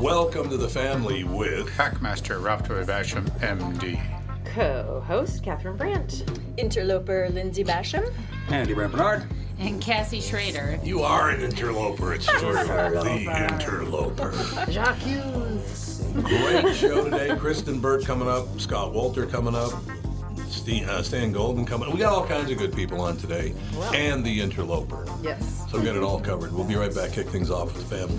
Welcome to the family with Hackmaster Ralph Toy Basham, MD. Co host Catherine Brandt. Interloper Lindsay Basham. Andy Brand Bernard. And Cassie Schrader. You are an interloper. It's true. the interloper. Jacques Hughes. Great show today. Kristen Burke coming up. Scott Walter coming up. Ste uh, Stan Golden coming. We got all kinds of good people on today, and the interloper. Yes. So we got it all covered. We'll be right back. Kick things off with the family.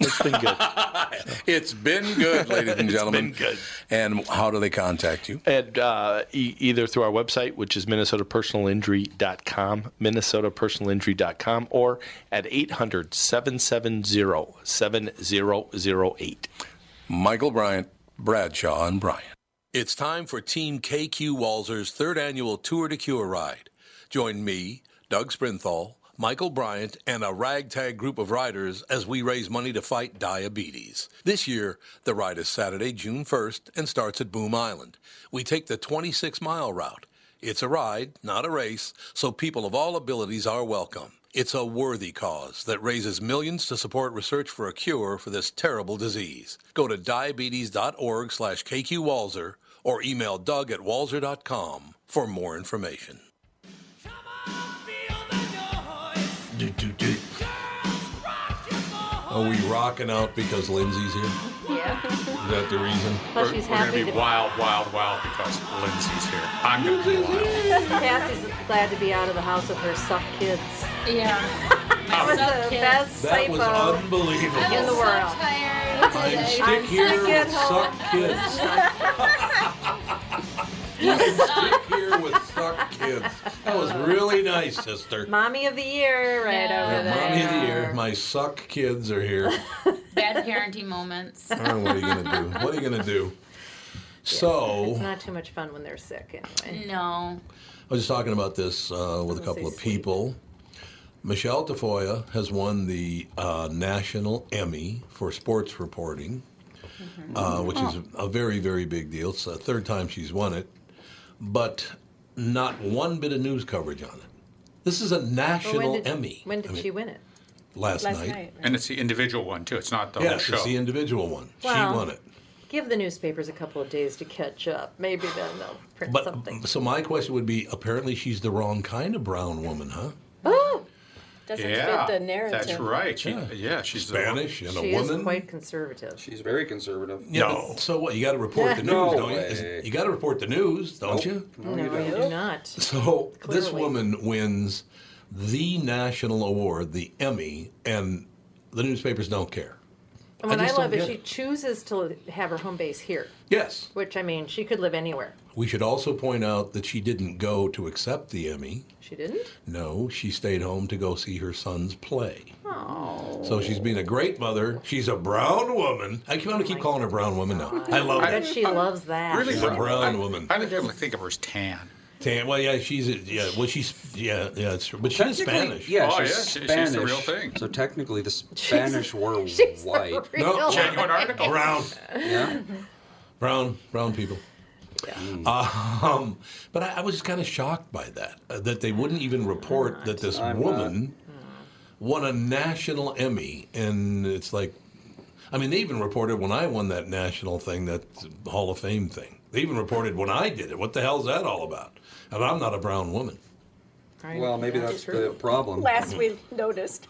It's been good. It's been good, ladies and gentlemen. been good. And how do they contact you? And uh, e- either through our website, which is minnesotapersonalinjury.com, minnesotapersonalinjury.com, or at 800-770-7008. Michael Bryant, Bradshaw, and Bryant. It's time for Team KQ Walzer's third annual Tour to Cure ride. Join me, Doug Sprinthal, Michael Bryant, and a ragtag group of riders as we raise money to fight diabetes. This year, the ride is Saturday, June 1st, and starts at Boom Island. We take the 26 mile route. It's a ride, not a race, so people of all abilities are welcome. It's a worthy cause that raises millions to support research for a cure for this terrible disease. Go to diabetes.org slash kqwalzer or email doug at walzer.com for more information. Are we rocking out because Lindsay's here? Yeah. Is that the reason? Plus, we're she's we're happy gonna be to- wild, wild, wild because Lindsay's here. I'm gonna be wild. Cassie's glad to be out of the house with her suck kids. Yeah. That was suck the kids. best That was typo. unbelievable. In the so world. tired I today. stick here get with home. suck kids. You can stick here with suck kids. That was really nice, sister. Mommy of the year, right Yeah. over there. Mommy of the year, my suck kids are here. Bad parenting moments. I don't know what are you gonna do. What are you gonna do? So It's not too much fun when they're sick, anyway. No. I was just talking about this uh, with a couple of people. Michelle Tafoya has won the uh, National Emmy for sports reporting, Mm-hmm. uh, which is Oh. a very, very big deal. It's the third time she's won it, but not one bit of news coverage on it. This is a But national when did, Emmy. When did I mean, she win it? Last, Last night. night. And it's the individual one too. It's not the whole Yes, show. it's the individual one. Well, she won it. Give the newspapers a couple of days to catch up. Maybe then they'll print But something. so my question would be: Apparently, she's the wrong kind of brown woman, huh? Oh, Doesn't yeah, fit the narrative. that's right. She, yeah. she's the- Spanish and she a is woman. quite conservative. She's very conservative. Yeah, No. but So what? You got to report the news, No don't you? way. Is- You got to report the news, don't you? No, you do not. So this Clearly. woman wins the national award, the Emmy, and the newspapers don't care. And what I, just don't love is get she it. chooses to have her home base here, Yes. which I mean, she could live anywhere. We should also point out that she didn't go to accept the Emmy. She didn't. No, she stayed home to go see her sons play. Oh. So she's being a great mother. She's a brown woman. I keep want to keep calling her brown woman now. I love But it. she loves that. Really She's a brown I- woman. I think I would think of her as tan. Tan- Well, yeah, she's a, yeah. Well, she's yeah, yeah. It's true. But she's Technically, Spanish. Yeah, Oh, she's yeah, she- she's the Spanish. real thing. So technically, the Spanish were She's white. the real No, one. Genuine article. Brown, Yeah. brown, brown people. Mm. Um, but I, I was kind of shocked by that uh, that they wouldn't even report that this woman Hmm. won a national Emmy, and it's like, I mean, they even reported when I won that national thing, that Hall of Fame thing. They even reported when I did it. What the hell's that all about? And I'm not a brown woman. Well, maybe that's the problem. Last we noticed.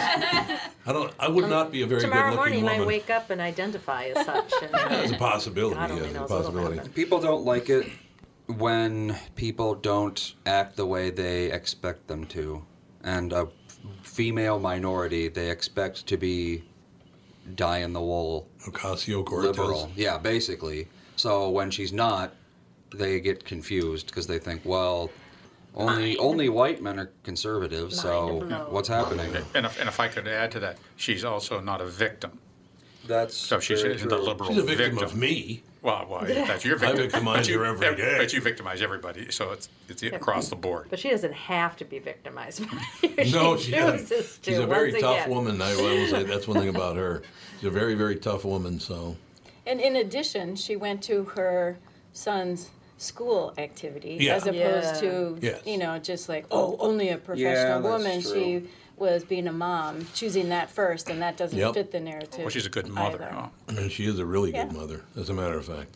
I don't. I Um, would not be a very Tomorrow good-looking morning, I woman. wake up and identify as such. And It's a possibility. God yeah, only it's a knows what'll possibility. happen. People don't like it when people don't act the way they expect them to. And a female minority, they expect to be die in the wool Ocasio Cortez. liberal. Yeah, basically. So when she's not, they get confused because they think, well, Ah. only only white men are conservative. So what's happening? And if, and if I could add to that, she's also not a victim. That's So she's very in the true. liberal She's a victim of me. Well, well, that's your victim. victimize But you- her every ev- day. But you victimize everybody, so it's it's across the board. But she doesn't have to be victimized. by you. No, she she chooses doesn't. to. She's a very once tough again. woman. I will say that's one thing about her. She's a very, very tough woman. So and in addition, she went to her son's school activity Yeah. as opposed Yeah. to, Yes. you know, just like, oh, only a professional Yeah, that's woman. true. She was being a mom, choosing that first, and that doesn't Yep. fit the narrative. Well, she's a good mother. either. huh? and she is a really good Yeah. mother, as a matter of fact.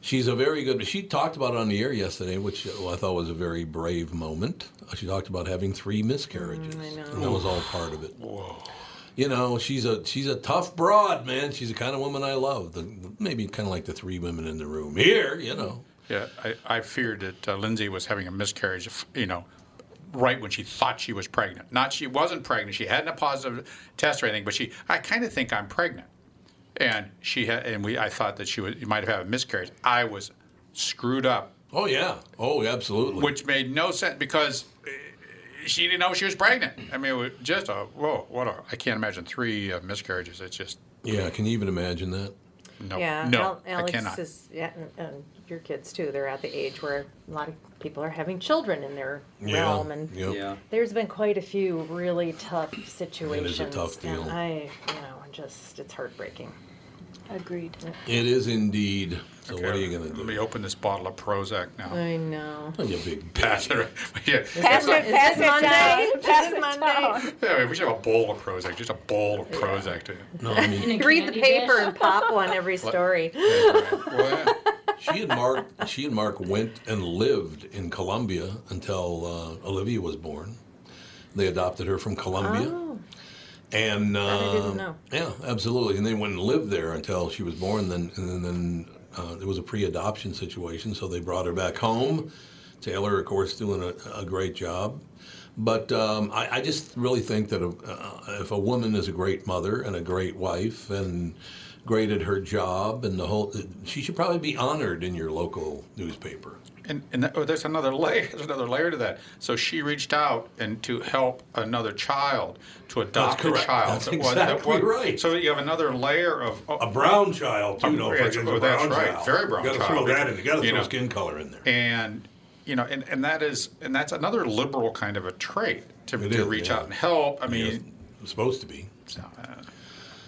She's a very good. She talked about it on the air yesterday, which I thought was a very brave moment. Uh, She talked about having three miscarriages, and that was all part of it. Whoa. You know, she's a she's a tough broad, man. She's the kind of woman I love. The, maybe kind of like the three women in the room here. You know, Yeah, I, I feared that uh, Lindsay was having a miscarriage, of, you know, right when she thought she was pregnant. Not she wasn't pregnant. She hadn't a positive test or anything, but she, I kind of think I'm pregnant. And she had, and we, I thought that she was, might have had a miscarriage. I was screwed up, Oh yeah. Oh, absolutely. which made no sense because eh, she didn't know she was pregnant. I mean, it was just a, whoa, what a, I can't imagine three uh, miscarriages. It's just, yeah. Can you even imagine that? no, Yeah, no, Al- Alex I cannot. is yeah, and, and your kids too. They're at the age where a lot of people are having children in their realm, and Yep. Yeah. there's been quite a few really tough situations. tough deal. And I, you know, I'm just it's heartbreaking. Agreed. It is indeed. So what are Okay, you going to Let do? me open this bottle of Prozac now. I know. Oh, you big Pass it. Yeah. Pass it, pass it, down. Pass it down. Yeah, we should have a bowl of Prozac, just a bowl of Prozac. To No, I mean In a Read the candy paper dish. and pop one every story. well, yeah. she and Mark. She and Mark went and lived in Colombia until uh, Olivia was born. They adopted her from Colombia. Oh. And uh, I didn't know. yeah, absolutely. And they went and lived there until she was born. Then and then uh, it was a pre-adoption situation, so they brought her back home. Taylor, of course, doing a, a great job. But um, I, I just really think that a, uh, if a woman is a great mother and a great wife and great at her job and the whole, she should probably be honored in your local newspaper. And, and that, oh, there's another layer. There's another layer to that. So she reached out and to help another child to adopt a correct. child. That's that was- that exactly was- right. So you have another layer of. oh, A brown child, too. Um, Don't yeah, forget oh, the that's brown right, child. very brown You gotta child. throw that in. You got to You throw know. skin color in there. and you know, and, and that is and that's another liberal kind of a trait to, It to is, reach yeah. out and help. I Yes, mean, supposed to be. so, uh,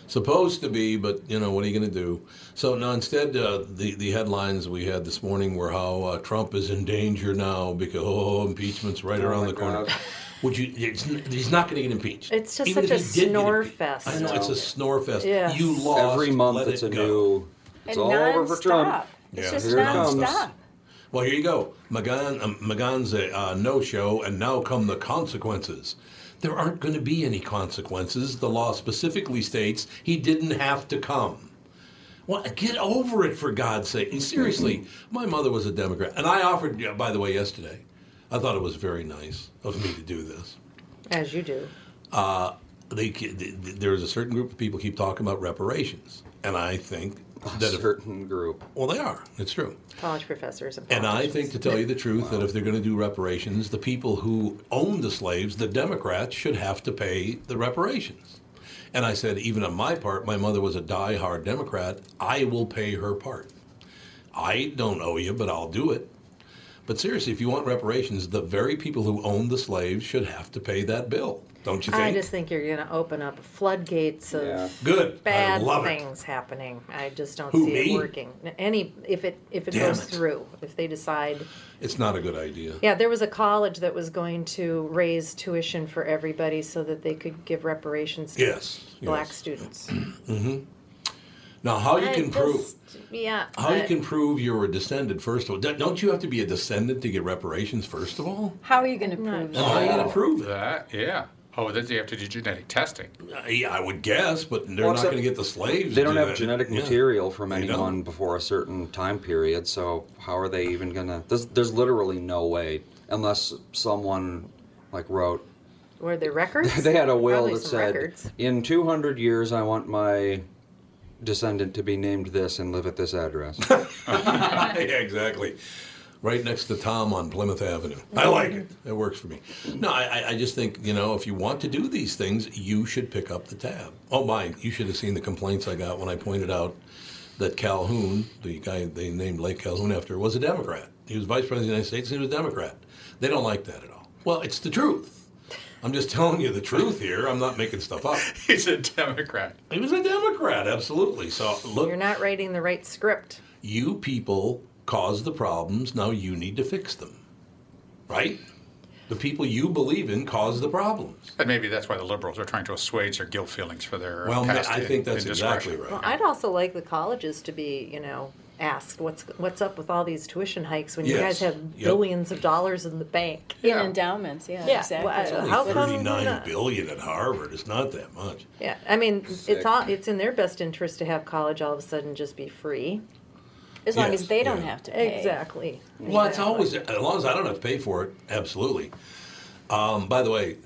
supposed to be, but you know what are you going to do? So now instead, uh, the the headlines we had this morning were how uh, Trump is in danger now because oh, impeachment's right around my the corner. God. Would you? It's, n- he's not going to get impeached. It's just Even such if a he did get snore impeached. fest. I know it's a snore fest. Yeah. You lost Every let month it's it a go. new. It's and all non-stop. over for Trump. Yeah. It's just Here it comes. non-stop. Well, here you go. Magan, um, Magan's a uh, no-show, and now come the consequences. There aren't going to be any consequences. The law specifically states he didn't have to come. Well, get over it for God's sake. And seriously, Mm-hmm. my mother was a Democrat, and I offered. yeah, By the way, yesterday, I thought it was very nice of me to do this. Uh, As you do. They, ke- th- th- there is a certain group of people keep talking about reparations, and I think that if, certain group. well, they are. It's true. College professors and And I politicians. think, to tell you the truth, that if they're going to do reparations, the people who owned the slaves, the Democrats, should have to pay the reparations. And I said, even on my part, my mother was a die-hard Democrat. I will pay her part. I don't owe you, but I'll do it. But seriously, if you want reparations, the very people who owned the slaves should have to pay that bill. Don't you think? I just think you're going to open up floodgates of Yeah. Good. bad I love it. things happening. I just don't Who, see me? it working. Any if it if it Damn goes it. through, if they decide. It's not a good idea. Yeah, there was a college that was going to raise tuition for everybody so that they could give reparations to Yes, black yes. students. Mm-hmm. Now, how you I can prove just- Yeah. how you but can prove you were descended? First of all, don't you have to be a descendant to get reparations? First of all, How are you going to prove and that? how you gonna prove that? That, yeah. Oh, then you have to do genetic testing. Uh, Yeah, I would guess, but they're Well, not except going to get the slaves. They to don't do have that. genetic Yeah. material from They don't. anyone before a certain time period, so how are they even gonna? There's, there's literally no way, unless someone like wrote. Were there records? They had a will Probably that some said, records. "In 200 years, I want my descendant to be named this and live at this address." yeah, exactly. Right next to Tom on Plymouth Avenue. I Mm-hmm. like it. It works for me. No, I, I- I just think, you know, if you want to do these things, you should pick up the tab. Oh, my, you should have seen the complaints I got when I pointed out that Calhoun, the guy they named Lake Calhoun after, was a Democrat. He was vice president of the United States and he was a Democrat. They don't like that at all. Well, it's the truth. I'm just telling you the truth here. I'm not making stuff up. He's a Democrat. He was a Democrat, absolutely. So look, You're not writing the right script. you people caused the problems, now you need to fix them. Right? The people you believe in caused the problems. And maybe that's why the liberals are trying to assuage their guilt feelings for their uh, Well, ma- past I think that's indiscretion. exactly right. Well, I'd also like the colleges to be, you know, asked what's what's up with all these tuition hikes when you Yes. guys have Yep. billions of dollars in the bank. In endowments, yeah, Yeah, exactly. well, That's how what- come- Thirty-nine not? billion at Harvard. It's not that much. Yeah, I mean, it's all it's in their best interest to have college all of a sudden just be free. As long Yes, as they don't yeah. have to pay. Exactly. Well, it's always as long as I don't have to pay for it. Absolutely. Um, by the way,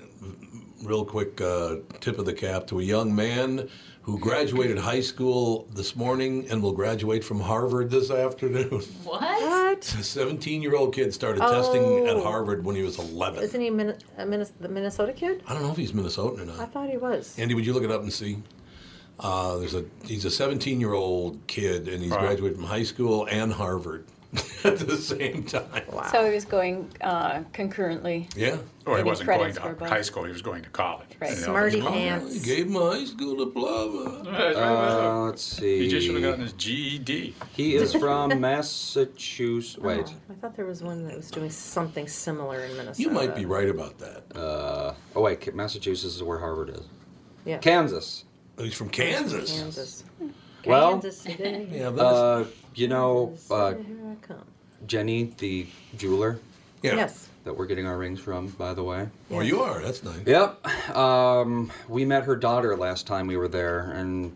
real quick uh, tip of the cap to a young man who graduated high school this morning and will graduate from Harvard this afternoon. What? What? A Seventeen-year-old kid started testing at Oh. Harvard when he was 11 Isn't he Min- a Minnes- the Minnesota kid? I don't know if he's Minnesotan or not. I thought he was. Andy, would you look it up and see? Uh, there's a he's a 17 year old kid and he's graduated from high school and Harvard at the same time. Wow. So he was going uh, concurrently. Yeah. Or Oh, he Getting wasn't going credits for to both. high school; he was going to college. Right. You know, Smarty that's- He pants. gave him a high school diploma. uh, let's see. He just should have gotten his E GED. He is from Massachusetts. Wait, Oh, I thought there was one that was doing something similar in Minnesota. You might be right about that. Uh, oh wait, Ca- Massachusetts is where Harvard is. Yeah. Kansas. he's from Kansas. Kansas. Well, Kansas City. Yeah, that's, uh, you know, uh, Here I come. Jenny, the jeweler yeah. Yes. that we're getting our rings from, by the way. Or you are. That's nice. Yep. Um, we met her daughter last time we were there, and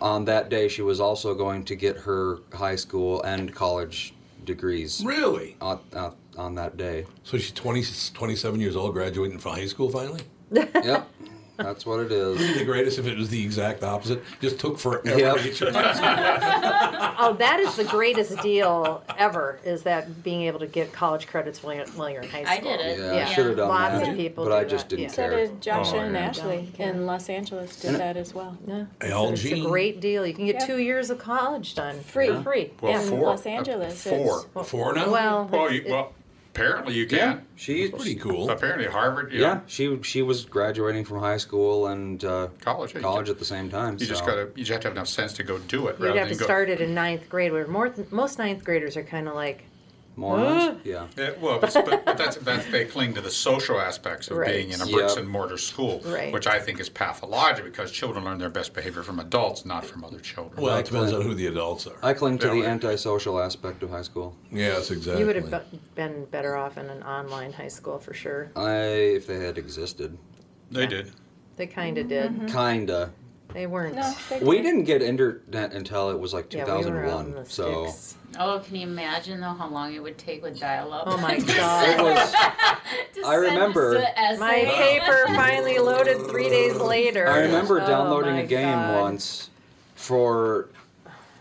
on that day, she was also going to get her high school and college degrees Really? on, uh, on that day. So she's 20, 27 years old, graduating from high school finally? Uh, Yep. That's what it is. The greatest if it was the exact opposite. Just took forever Yep. to get your high school. Oh, that is the greatest deal ever. Is that being able to get college credits while you're, while you're in high I school? did it. Yeah, I Yeah. should have done Lots that. of people but do I just that, didn't yeah. So care. did Josh Oh, and yeah. Ashley in Los Angeles did that as well. Yeah. Al It's a Jean. great deal. You can get Yeah. two years of college done Free. for free. Well, yeah. four. Los Angeles, Uh, Four. it's- Four now? Well, Well, you, it's- well, apparently you can. Yeah, she pretty cool. Apparently Harvard. You Yeah, know, she she was graduating from high school and uh, College, yeah, you college can- at the same time. you just so- gotta. You just have to have enough sense to go do it. you'd rather have to than go, start it in ninth grade, where more, most ninth graders are kind of like, morons. Yeah, Yeah, Uh, well, but, but, but that's, that's they cling to the social aspects of Right. being in a bricks Yep. and mortar school, Right. which I think is pathological because children learn their best behavior from adults, not from other children. Well, it depends on who the adults are. I cling to Yeah, the right. antisocial aspect of high school. yes, exactly. you would have be- been better off in an online high school for sure. I if they had existed, they did. They kind of did. kinda. They weren't. Mm-hmm. No, they We didn't get internet until it was like Yeah, we were out 2001. in the so sticks. Oh, can you imagine though how long it would take with dial-up? Oh my it god. was. I remember. My paper finally loaded three days later. I remember Oh downloading my a game God. once for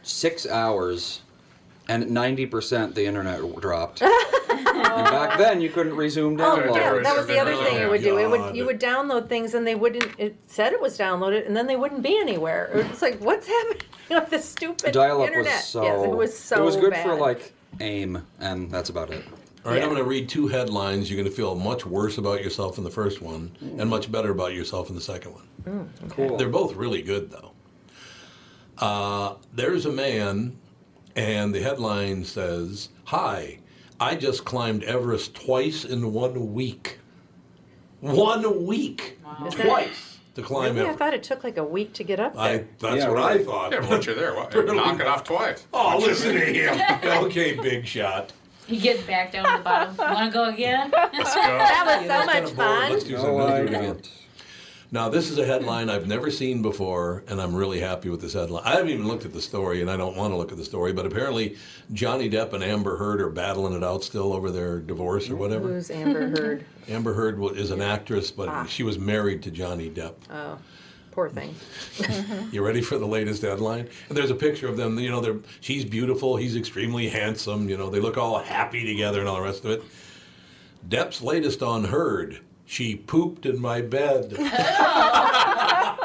six hours, and 90% the internet dropped. and back then, you couldn't resume Oh download. yeah, that was the other thing it would do. It God. would you would download things and they wouldn't. It said it was downloaded and then they wouldn't be anywhere. It was like what's happening with this stupid Dial-up internet? was so. yes, it was so. It was good for bad. like AIM, and that's about it. All right, I'm Yeah. going to read two headlines. You're going to feel much worse about yourself in the first one and much better about yourself in the second one. Mm, Cool. They're both really good, though. Uh, there's a man, and the headline says, Hi, I just climbed Everest twice in one week. One week. Is that- Twice. to climb Really? I Everest. thought it took like a week to get up there. I, that's Yeah, what really. I thought. Yeah, once you're there, well, knock it off twice. Oh, listen to him. okay, big shot. You get back down to the bottom. Want to go again? that was so Kinda much bored. fun. Let's do something. No, Let's I do it again. don't. Now, this is a headline I've never seen before, and I'm really happy with this headline. I haven't even looked at the story, and I don't want to look at the story, but apparently Johnny Depp and Amber Heard are battling it out still over their divorce or whatever. Who's Amber Heard? Ah. Amber Heard wa- is an actress, but she was married to Johnny Depp. Oh. Poor thing. You ready for the latest headline? And there's a picture of them. You know, they're she's beautiful, he's extremely handsome. You know, they look all happy together and all the rest of it. Depp's latest on Heard. She pooped in my bed.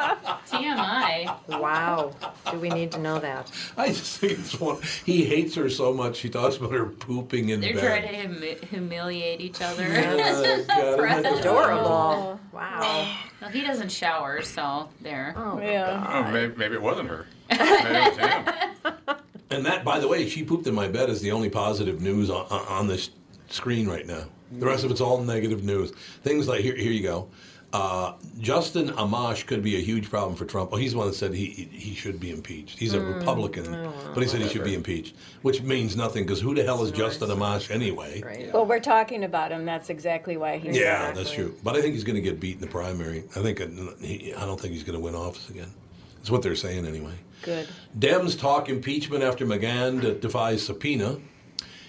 TMI. Wow. Do we need to know that? I just think it's one. He hates her so much. He talks about her pooping in They're trying to bed. humi- humiliate each other. Oh, God, isn't that just- Adorable. Wow. Well, he doesn't shower, so there. Oh, my Yeah. Oh, maybe, maybe it wasn't her. Maybe it was him. And that, by the way, she pooped in my bed is the only positive news on, on- on this screen right now. The rest of it's all negative news. Things like here, here you go. Uh, Justin Amash could be a huge problem for Trump. Oh, he's the one that said he he he should be impeached. He's a Republican, but he said he should be impeached, which means nothing because who the hell is Justin Amash anyway? Right. Well, we're talking about him. That's Oh, exactly why he's Yeah, there. that's true. But I think he's going to get beat in the primary. I think uh, he, I don't think he's going to win office again. That's what they're saying anyway. good. Dems talk impeachment after McGahn de- defies subpoena.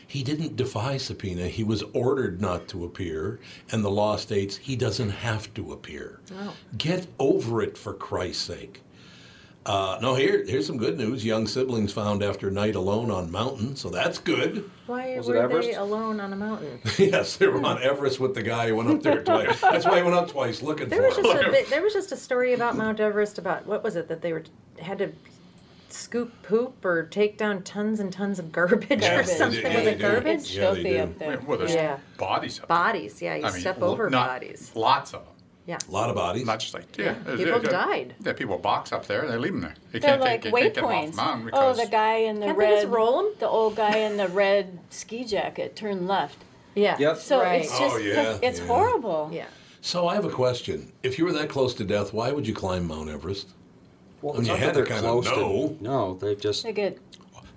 He didn't defy subpoena. He was ordered not to appear, and the law states he doesn't have to appear. Get over it, for Christ's sake. Uh, no, here, here's some good news. Young siblings found after night alone on mountain, so that's good. Why Was it were Everest? they alone on a mountain? yes, they were on Everest with the guy who went up there twice. That's why he went up twice looking There for was him. just a bit, there was just a story about Mount Everest about what was it that they were had to scoop poop or take down tons and tons of garbage Yeah, or they do. something Yeah, with they it do. garbage It's Yeah, they filthy do. up there. Well, there's Yeah. bodies up there. bodies. Yeah, you step lo- over not- bodies. Lots of them. Yeah. A lot of bodies. Not just like, yeah. Yeah, people died. Yeah, people box up there and they leave them there. You They're can't like take, you can't get them off the waypoints. mountain oh, because the guy in the Can't they red. just roll 'em? The old guy in the red ski jacket turned left. Yeah. Yep. So Right. it's Oh, just, yeah, it's yeah. horrible. Yeah. So I have a question. If you were that close to death, why would you climb Mount Everest? I Well, mean, it's you not had that to they're kinda close to- know. Oh. No, they just. They get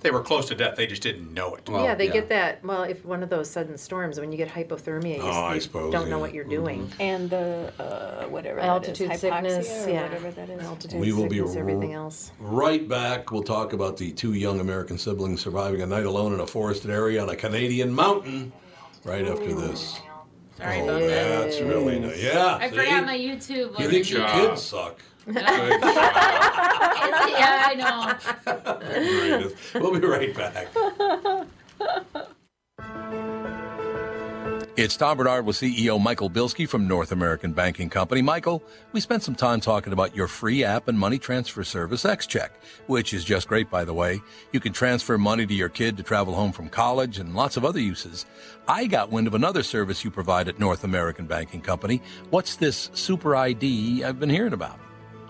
they were close to death. They just didn't know it. Well, yeah, they yeah. get that. Well, if one of those sudden storms, when you get hypothermia, you, Oh, I you suppose, don't know yeah. Mm-hmm. what you're doing. and the uh, whatever Altitude that is, sickness, hypoxia or yeah. whatever that is. Altitude We will be sickness, everything r- else. Right back, we'll talk about the two young American siblings surviving a night alone in a forested area on a Canadian mountain right after this. Sorry Oh, about that. that's really nice. Yeah. I see? forgot my YouTube. you wasn't think your there. kids suck. It's- yeah, I know. Greatest. We'll be right back. It's Tom Bernard with CEO Michael Bilski from North American Banking Company. Michael, we spent some time talking about your free app and money transfer service, XCheck, which is just great, by the way. You can transfer money to your kid to travel home from college and lots of other uses. I got wind of another service you provide at North American Banking Company. What's this Super ID I've been hearing about?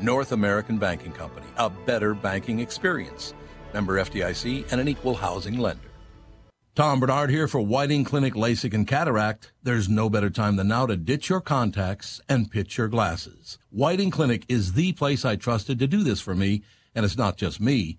North American Banking Company, a better banking experience. Member FDIC and an equal housing lender. Tom Bernard here for Whiting Clinic LASIK and Cataract. There's no better time than now to ditch your contacts and pitch your glasses. Whiting Clinic is the place I trusted to do this for me, and it's not just me.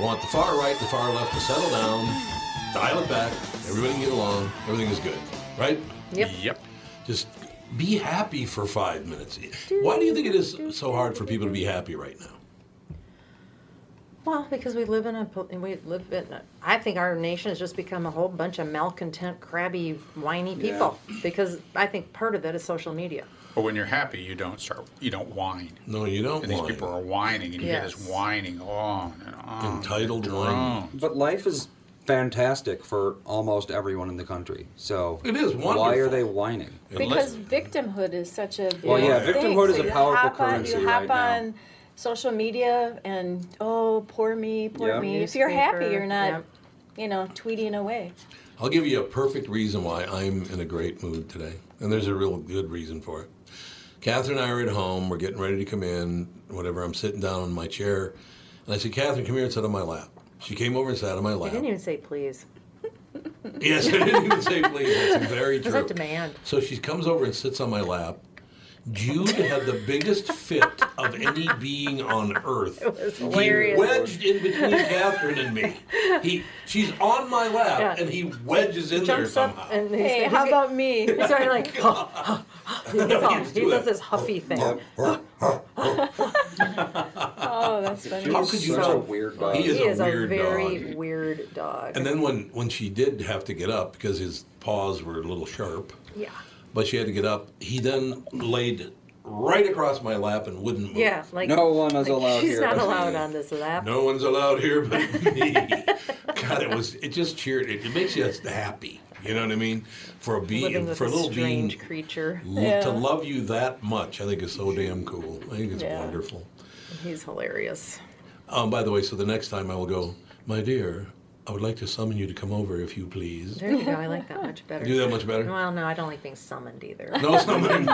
want the far right, the far left to settle down, dial it back, everybody can get along, everything is good, right? Yep. Yep. Just be happy for five minutes. Why do you think it is so hard for people to be happy right now? Well, because we live in a po- we live in. A, I think our nation has just become a whole bunch of malcontent, crabby, whiny Yeah. people. Because I think part of that is social media. But when you're happy, you don't start. You don't whine. No, you don't. And these people are whining, and you hear this Yes. whining Oh, on and on. Entitled whine. But life is fantastic for almost everyone in the country. So It is Why are wonderful. they whining? Because victimhood is such a big Well, yeah, thing. victimhood is So a you powerful hop on, currency You hop right now. on social media and oh, poor me, poor Yeah. me. If you're happy, Newspaper, you're not, yep. you know, tweeting away. I'll give you a perfect reason why I'm in a great mood today. And there's a real good reason for it. Catherine and I are at home. We're getting ready to come in, whatever. I'm sitting down in my chair. And I said, Catherine, come here and sit on my lap. She came over and sat on my I lap. didn't even say please. Yes, I didn't even say please. That's very It was a true. demand. So she comes over and sits on my lap. Jude had the biggest fit of any being on earth. It was hilarious. He wedged in between Catherine and me. He, she's on my lap, Yeah. and he wedges in there Jumps up somehow. and he's, Hey, he's how get- about me? He's already like, he, does all- he does this huffy thing. Oh, that's funny. How could you Such a know? weird dog. He is a weird very weird dog. And then when, when she did have to get up because his paws were a little sharp, yeah, but she had to get up, he then laid right across my lap and wouldn't move. yeah, like like, She's not allowed on this lap. No one's allowed here but me. God, it was it just cheered. It, it makes you just happy. You know what I mean? For a Living being, with for a a little being, strange creature. lo- to love you that much, I think is so damn cool. I think it's Yeah. wonderful. He's hilarious. Um, by the way, so the next time I will go, my dear, I would like to summon you to come over if you please. There you go. I like that much better. You do that much better? Well, no, I don't like being summoned either. No, summoning. May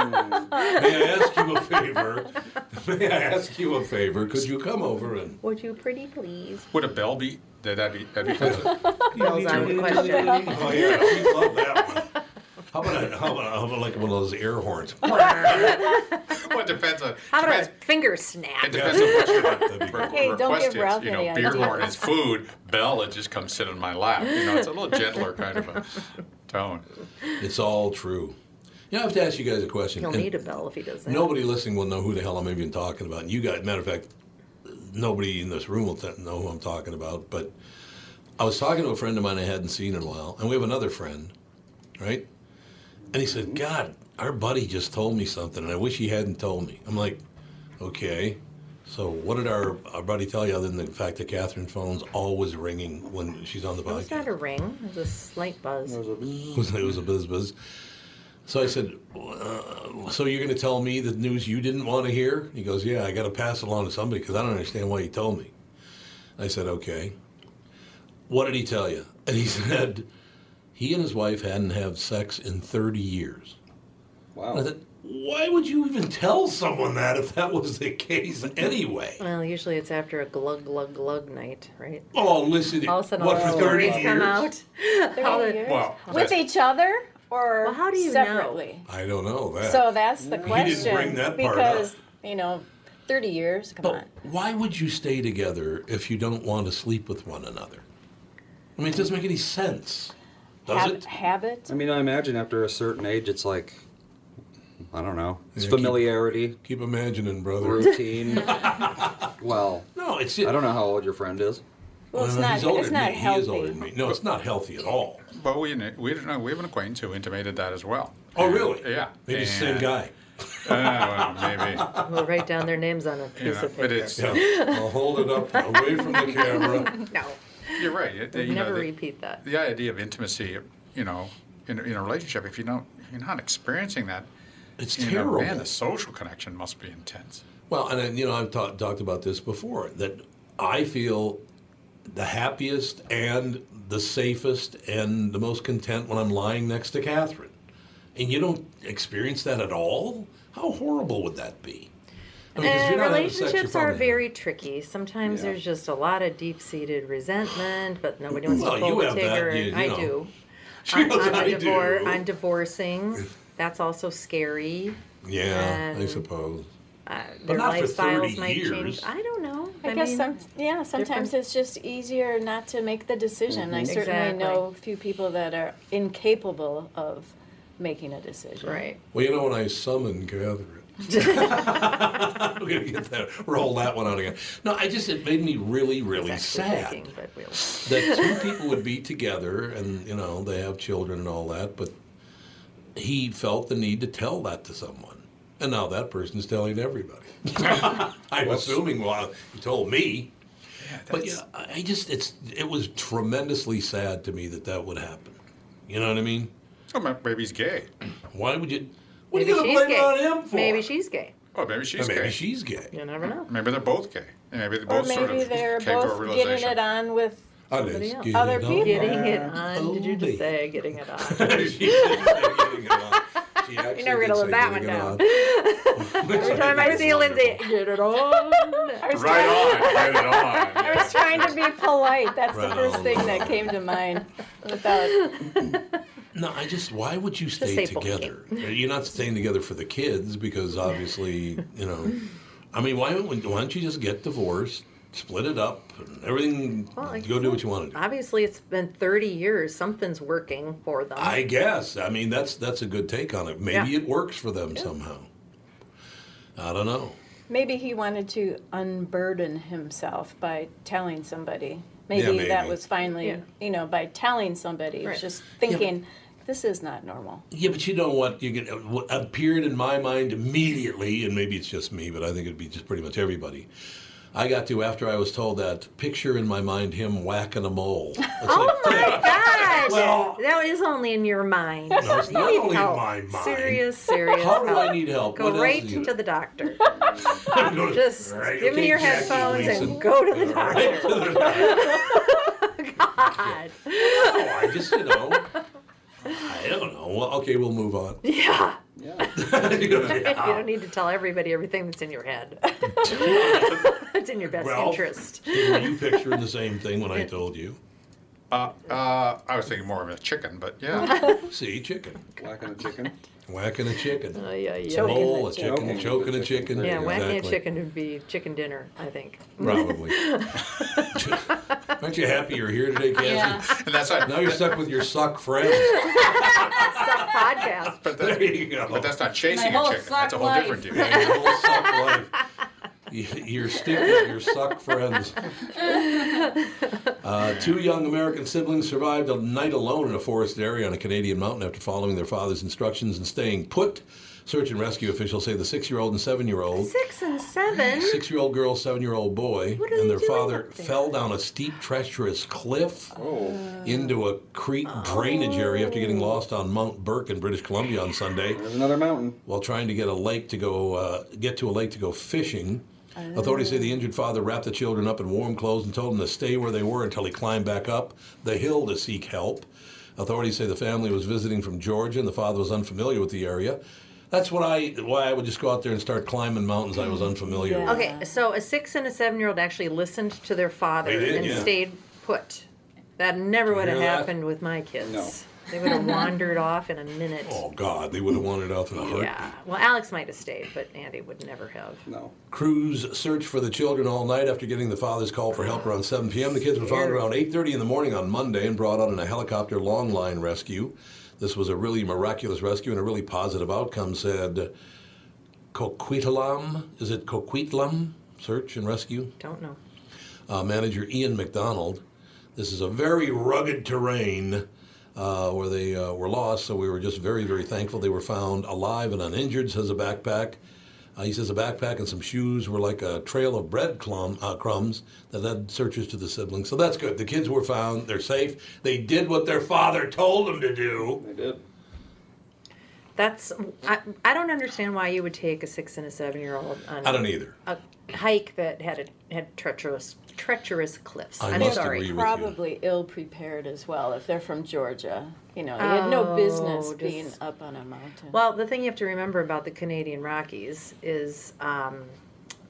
I ask you a favor? May I ask you a favor? Could you come over and Would you pretty please? Would a bell be? That that be that'd be fun. Bells on the question. Oh yeah, we love that one. How about, a, how, about how about like one of those air horns? well, it depends on. How about a finger snap? It depends on what your Hey, don't give request is. Ralph you know, any beer ideas. horn is food. Bell, it just comes sit on my lap. You know, it's a little gentler kind of a tone. It's all true. You know, I have to ask you guys a question. He'll and need a bell if he does that. Nobody listening will know who the hell I'm even talking about. You guys, matter of fact, nobody in this room will t- know who I'm talking about. But I was talking to a friend of mine I hadn't seen in a while, and we have another friend, right? And he said, "God, our buddy just told me something, and I wish he hadn't told me." I'm like, "Okay." So, what did our, our buddy tell you other than the fact that Catherine's phone's always ringing when she's on the Was podcast? that a ring? It was a slight buzz. It was, it was a buzz buzz. So I said, uh, "So you're going to tell me the news you didn't want to hear?" He goes, "Yeah, I got to pass it along to somebody because I don't understand why you told me." I said, "Okay." What did he tell you? And he said, he and his wife hadn't had sex in 30 years. Wow. I said, why would you even tell someone that if that was the case anyway? Well, usually it's after a glug glug glug night, right? Oh, listen. All of a sudden, what, all for the 30 stories come years? out. All the- 30 years? Well, Oh, With that's- each other or how do you know? separately? I don't know that. So that's the He question. didn't bring that part up. because, you know, 30 years, Oh, come on. Why would you stay together if you don't want to sleep with one another? I mean, it doesn't make any sense. Does Hab- Habit. I mean, I imagine after a certain age, it's like, I don't know, it's Yeah, keep- familiarity. Keep, imagining, brother. Routine. well, no, it's. I don't know how old your friend is. Well, Uh, it's not. It's not healthy. No, it's not healthy at all. But we we don't know. We have an acquaintance who intimated that as well. Oh, really? Yeah. Maybe it's the same And- guy. Uh, well, maybe. We'll write down their names on a piece You know, of paper. but it's. I'll hold it up away from the camera. No. You're right. It- We'd you know, never the- repeat that. the idea of intimacy, you know, in, in a relationship, if you don't, you're not experiencing that. It's you know, terrible. man, the social connection must be intense. Well, and then, you know, I've ta- talked about this before that I feel the happiest and the safest and the most content when I'm lying next to Catherine. and you don't experience that at all, how horrible would that be? I mean, 'cause if Uh, you're not having sex, you're relationships probably are not- very tricky. Sometimes Yeah. there's just a lot of deep-seated resentment, but nobody wants Well, to you pull the have that, trigger. you- you I know. do. She I'm, goes, I'm a "I divor- do." I'm divorcing. That's also scary. Yeah, I And, suppose. Uh, But their not for lifestyles 30 might change. years. I don't know. I, guess some, yeah, sometimes different- it's just easier not to make the decision. I Mhm. certainly Exactly. know a few people that are incapable of making a decision. Right. Well, you know, when I summon Catherine, I'm going to get that, roll that one out again. No, I just, it made me really, really sad that two people would be together and, you know, they have children and all that, but he felt the need to tell that to someone. And now that person's telling everybody. I'm assuming, well, he told me. but yeah, I I just, it's, it was tremendously sad to me that that would happen. You know what I mean? Oh, my baby's gay. Why would you? Maybe she's gay. Maybe she's gay. Oh, maybe she's Maybe gay. she's gay. You never know. Maybe they're both gay. And Maybe they're Or both sort maybe of they're came to a both getting realization. it on with Others somebody else. getting other it on. people. Getting it on. Did you just say getting it on? You're never gonna live that one down. Every time I see Lindsay, get it on. Right on, right on. I was trying to be polite. That's Right Oh. the first on. thing that came to mind. Without No, I just, why would you stay say bullying. together? You're not staying together for the kids because obviously, you know, I mean, why, why don't you just get divorced, split it up, and everything, Well, like go do what you want to do? Obviously, it's been 30 years. Something's working for them. I guess. I mean, that's that's a good take on it. Maybe Yeah. it works for them somehow. I don't know. Maybe he wanted to unburden himself by telling somebody. Maybe, maybe. that was finally, Yeah. you know, by telling somebody, Right. just Yeah, but- thinking, this is not normal. Yeah, but you know what? You get what appeared in my mind immediately, and maybe it's just me, but I think it'd be just pretty much everybody. I got to after I was told that picture in my mind him whacking a mole. God, Well- that is only in your mind. No, it's not You need only in help. my mind. Serious, serious. How do I help. need help? Go What else right do you- to the doctor. Go to- Just Right, give me okay, your Jackie headphones Gleason. and go to the doctor. Right to the- God. No, Oh, I just you know. I don't know. Well, okay, we'll move on. Yeah. You know, you yeah. don't need to tell everybody everything that's in your head. That's in your best Well, interest. Were you picturing the same thing when I told you? Uh, uh, I was thinking more of a chicken, but yeah. Yeah. See, chicken. Whacking a chicken. Whacking a chicken. Oh, yeah, yeah. A Choking mole, the a chicken, chicken. choking a chicken. yeah, whacking Exactly. a chicken would be chicken dinner, I think. Probably. Aren't you happy you're here today, Kathy? Yeah. And that's why now you're stuck with your suck friends. podcast. But that's, there you go. But that's not chasing My a whole chicken. That's a suck whole life. different deal. Yeah, your whole suck life. Y- You're stuck with your suck friends. Uh, two young American siblings survived a night alone in a forest area on a Canadian mountain after following their father's instructions and staying put. Search and rescue officials say the six-year-old and seven-year-old Six and seven. Six year old girl, seven year old boy, and their father fell down a steep, treacherous cliff into a creek drainage area after getting lost on Mount Burke in British Columbia on Sunday. There's another mountain. While trying to get a lake to go, uh, get to a lake to go fishing. Authorities say the injured father wrapped the children up in warm clothes and told them to stay where they were until he climbed back up the hill to seek help. Authorities say the family was visiting from Georgia and the father was unfamiliar with the area. That's what I why I would just go out there and start climbing mountains I was unfamiliar with. Okay, so a six and a seven year old actually listened to their father They did, and yeah. stayed put. That never would have hear that? happened with my kids. They would have wandered off in a minute. Oh God, they would have wanted out in a heartbeat. yeah. Well, Alex might have stayed, but Andy would never have. No. Crews searched for the children all night after getting the father's call for help around 7 p.m. The kids were found around 8:30 in the morning on Monday and brought out in a helicopter long line rescue. This was a really miraculous rescue and a really positive outcome, said Coquitlam. Is it Coquitlam? Search and rescue. Don't know. uh, manager Ian McDonald. This is a very rugged terrain uh, where they uh, were lost, so we were just very, very thankful they were found alive and uninjured, says a backpack. Uh, he says a backpack and some shoes were like a trail of bread clum, uh, crumbs that led searchers to the siblings. So that's good. The kids were found. They're safe. They did what their father told them to do. They did. That's I, I don't understand why you would take a six and a seven year old on I don't either. a hike that had a had treacherous treacherous cliffs. I am must agree sorry. with you. Probably ill prepared as well if they're from Georgia. You know, they had no business Oh, being just- up on a mountain. Well, the thing you have to remember about the Canadian Rockies is um,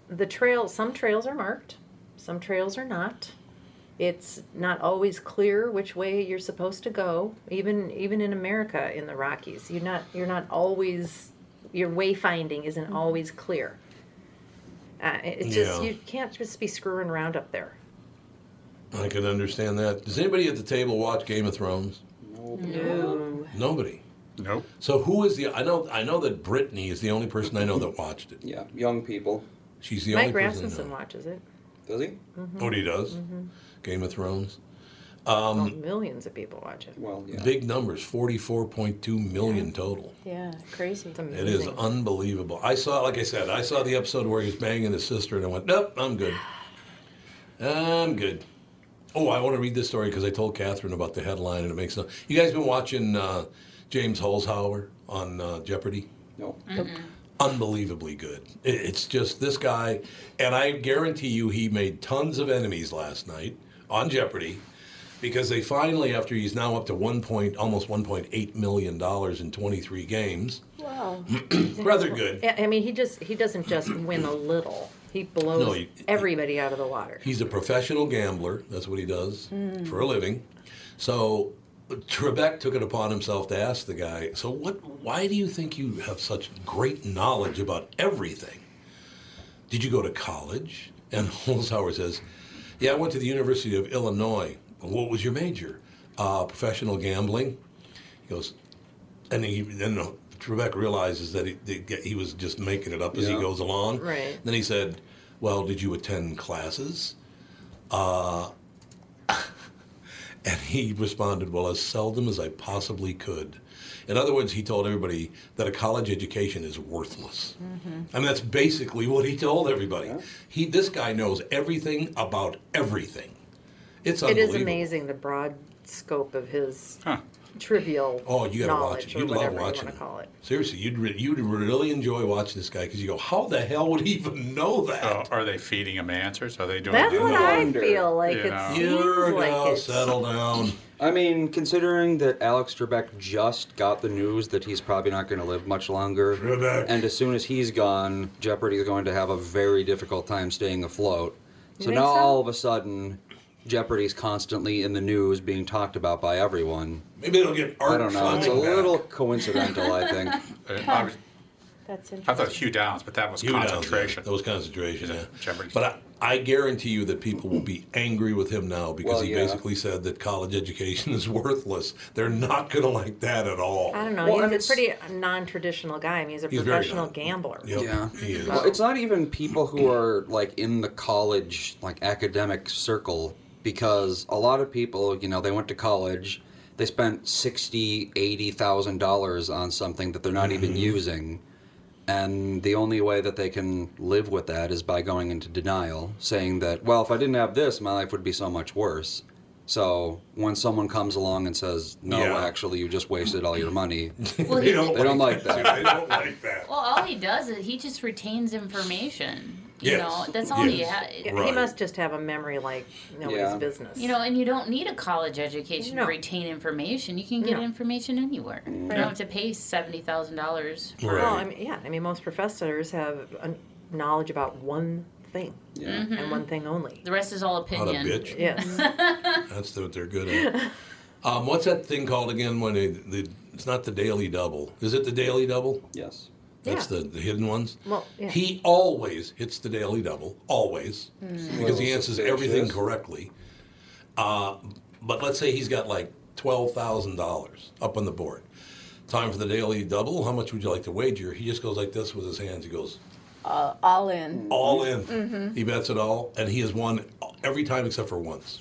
the trail. Some trails are marked, some trails are not. It's not always clear which way you're supposed to go. Even even in America, in the Rockies, you're not you're not always your wayfinding isn't always clear. Uh, it- it's just Yeah. you can't just be screwing around up there. I can understand that. Does anybody at the table watch Game of Thrones? No. Nobody. Nope. So who is the? I know. I know that Brittany is the only person I know that watched it. Yeah, young people. She's the Mike only person. I Rasmussen watches it. Does he? know. Oh, he does. Mhm. Game of Thrones. Um, Millions of people watch it. Well, Big numbers, forty-four point two million total. yeah, crazy. It is unbelievable. I saw, like I said, I saw the episode where he's banging his sister, and I went, "Nope, I'm good. I'm good." Oh, I want to read this story because I told Catherine about the headline, and it makes no. You guys been watching uh, James Holzhauer on uh, Jeopardy? No. Mm-hmm. Mm-hmm. Unbelievably good. I- It's just this guy, and I guarantee you, he made tons of enemies last night on Jeopardy. Because they finally, after he's now up to one point, almost 1.8 million dollars in 23 games, Wow. rather good. Yeah, I mean, he just he doesn't just win a little. He blows No, he- everybody out of the water. He's a professional gambler. That's what he does Mm. for a living. So Trebek took it upon himself to ask the guy, "So what? Why do you think you have such great knowledge about everything? Did you go to college?" And Holzhauer says, "Yeah, I went to the University of Illinois. What was your major? Uh, professional gambling." He goes, and he then Trebek realizes that he that he was just making it up as he Yeah. goes along. Right. Then he said, "Well, did you attend classes?" Uh, and he responded, "Well, as seldom as I possibly could." In other words, he told everybody that a college education is worthless. Mm-hmm. I mean, that's basically what he told everybody. He, this guy knows everything about everything. It's It is unbelievable. amazing the broad scope of his trivial Oh, you gotta watch knowledge it. or You'd love whatever you watching want to it. call it. Seriously, you'd re- you'd really enjoy watching this guy because you go, how the hell would he even know that? Oh, are they feeding him answers? Are they doing? That's doing what the- I feel like. You It know. seems like it. settle down. I mean, considering that Alex Trebek just got the news that he's probably not going to live much longer, Trebek. and as soon as he's gone, Jeopardy is going to have a very difficult time staying afloat. You So think now so? all of a sudden, Jeopardy's constantly in the news, being talked about by everyone. Maybe they'll get I don't know. It's a Fleming back. little coincidental, I think. I, was- That's I thought Hugh Downs, but that was Hugh Downs, yeah. concentration. That was concentration. Yeah. But I, I guarantee you that people will be angry with him now because Well, he yeah. basically said that college education is worthless. They're not going to like that at all. I don't know. he's a pretty non-traditional guy. I mean, he's a He's very professional gambler. Yeah. He is. Well, it's not even people who are like in the college like academic circle because a lot of people, you know, they went to college, they spent sixty, eighty thousand dollars on something that they're not Mm-hmm. even using. And the only way that they can live with that is by going into denial, saying that, well, if I didn't have this, my life would be so much worse. So when someone comes along and says, no, Yeah. actually, you just wasted all your money, Well, they he- don't, like that. They don't like that. Well, all he does is he just retains information. You Yes. know, that's all Yes. he Yeah, has. He must just have a memory like nobody's Yeah. business. You know, and you don't need a college education to retain information. You can get No. information anywhere. You Right. don't have to pay seventy thousand dollars for Well, I mean, yeah. I mean, most professors have a knowledge about one thing Yeah. Mm-hmm. and one thing only. the rest is all Not a opinion. bitch. Yes. That's what they're good at. Um, what's that thing called again? When they, the it's not the Daily Double, is it the Daily Double? Yes. That's Yeah. the, the hidden ones. Well, yeah. He always hits the Daily Double, always, Mm. because he Well, answers suspicious. everything correctly. Uh, but let's say he's got like twelve thousand dollars up on the board. Time for the Daily Double. How much would you like to wager? He just goes like this with his hands. He goes Uh, all in. all in. Mhm. He bets it all, and he has won every time except for once.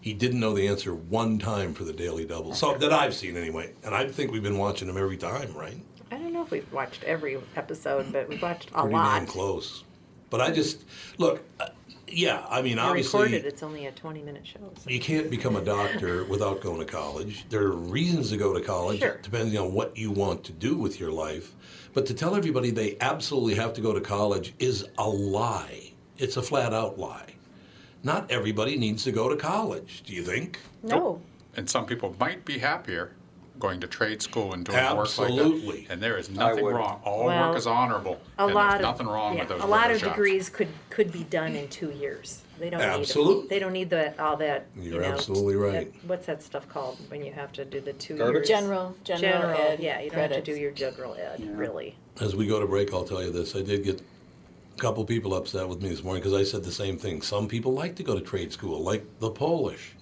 He didn't know the answer one time for the Daily Double, so that I've seen anyway, and I think we've been watching him every time, right? I don't know if we've watched every episode, but we've watched a Pretty damn lot. close. But I just look, uh, yeah. I mean, I recorded. obviously, It's only a twenty-minute show. so- you can't become a doctor without going to college. There are reasons to go to college, Sure. depending on what you want to do with your life. But to tell everybody they absolutely have to go to college is a lie. It's a flat out lie. Not everybody needs to go to college, do you think? No. Oh, And some people might be happier going to trade school and doing work like Absolutely. that. And there is I nothing would. wrong. All Well, work is honorable. A and lot there's of nothing wrong yeah, with those a lot regular of jobs. degrees could could be done in two years. They don't need Absolute. they don't need the all that. you You're know, absolutely that- right. what's that stuff called when you have to do the two Garbage? years? General- general ed yeah, you don't have credits. to do your general ed really. As we go to break, I'll tell you this. I did get a couple people upset with me this morning because I said the same thing. Some people like to go to trade school, like the Polish.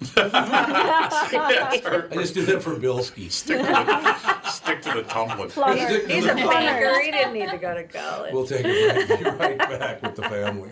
I just did that for Bilski. Stick to the, stick to the tumbling. He's a plumber. He didn't need to go to college. We'll take a break. Be right back with the family.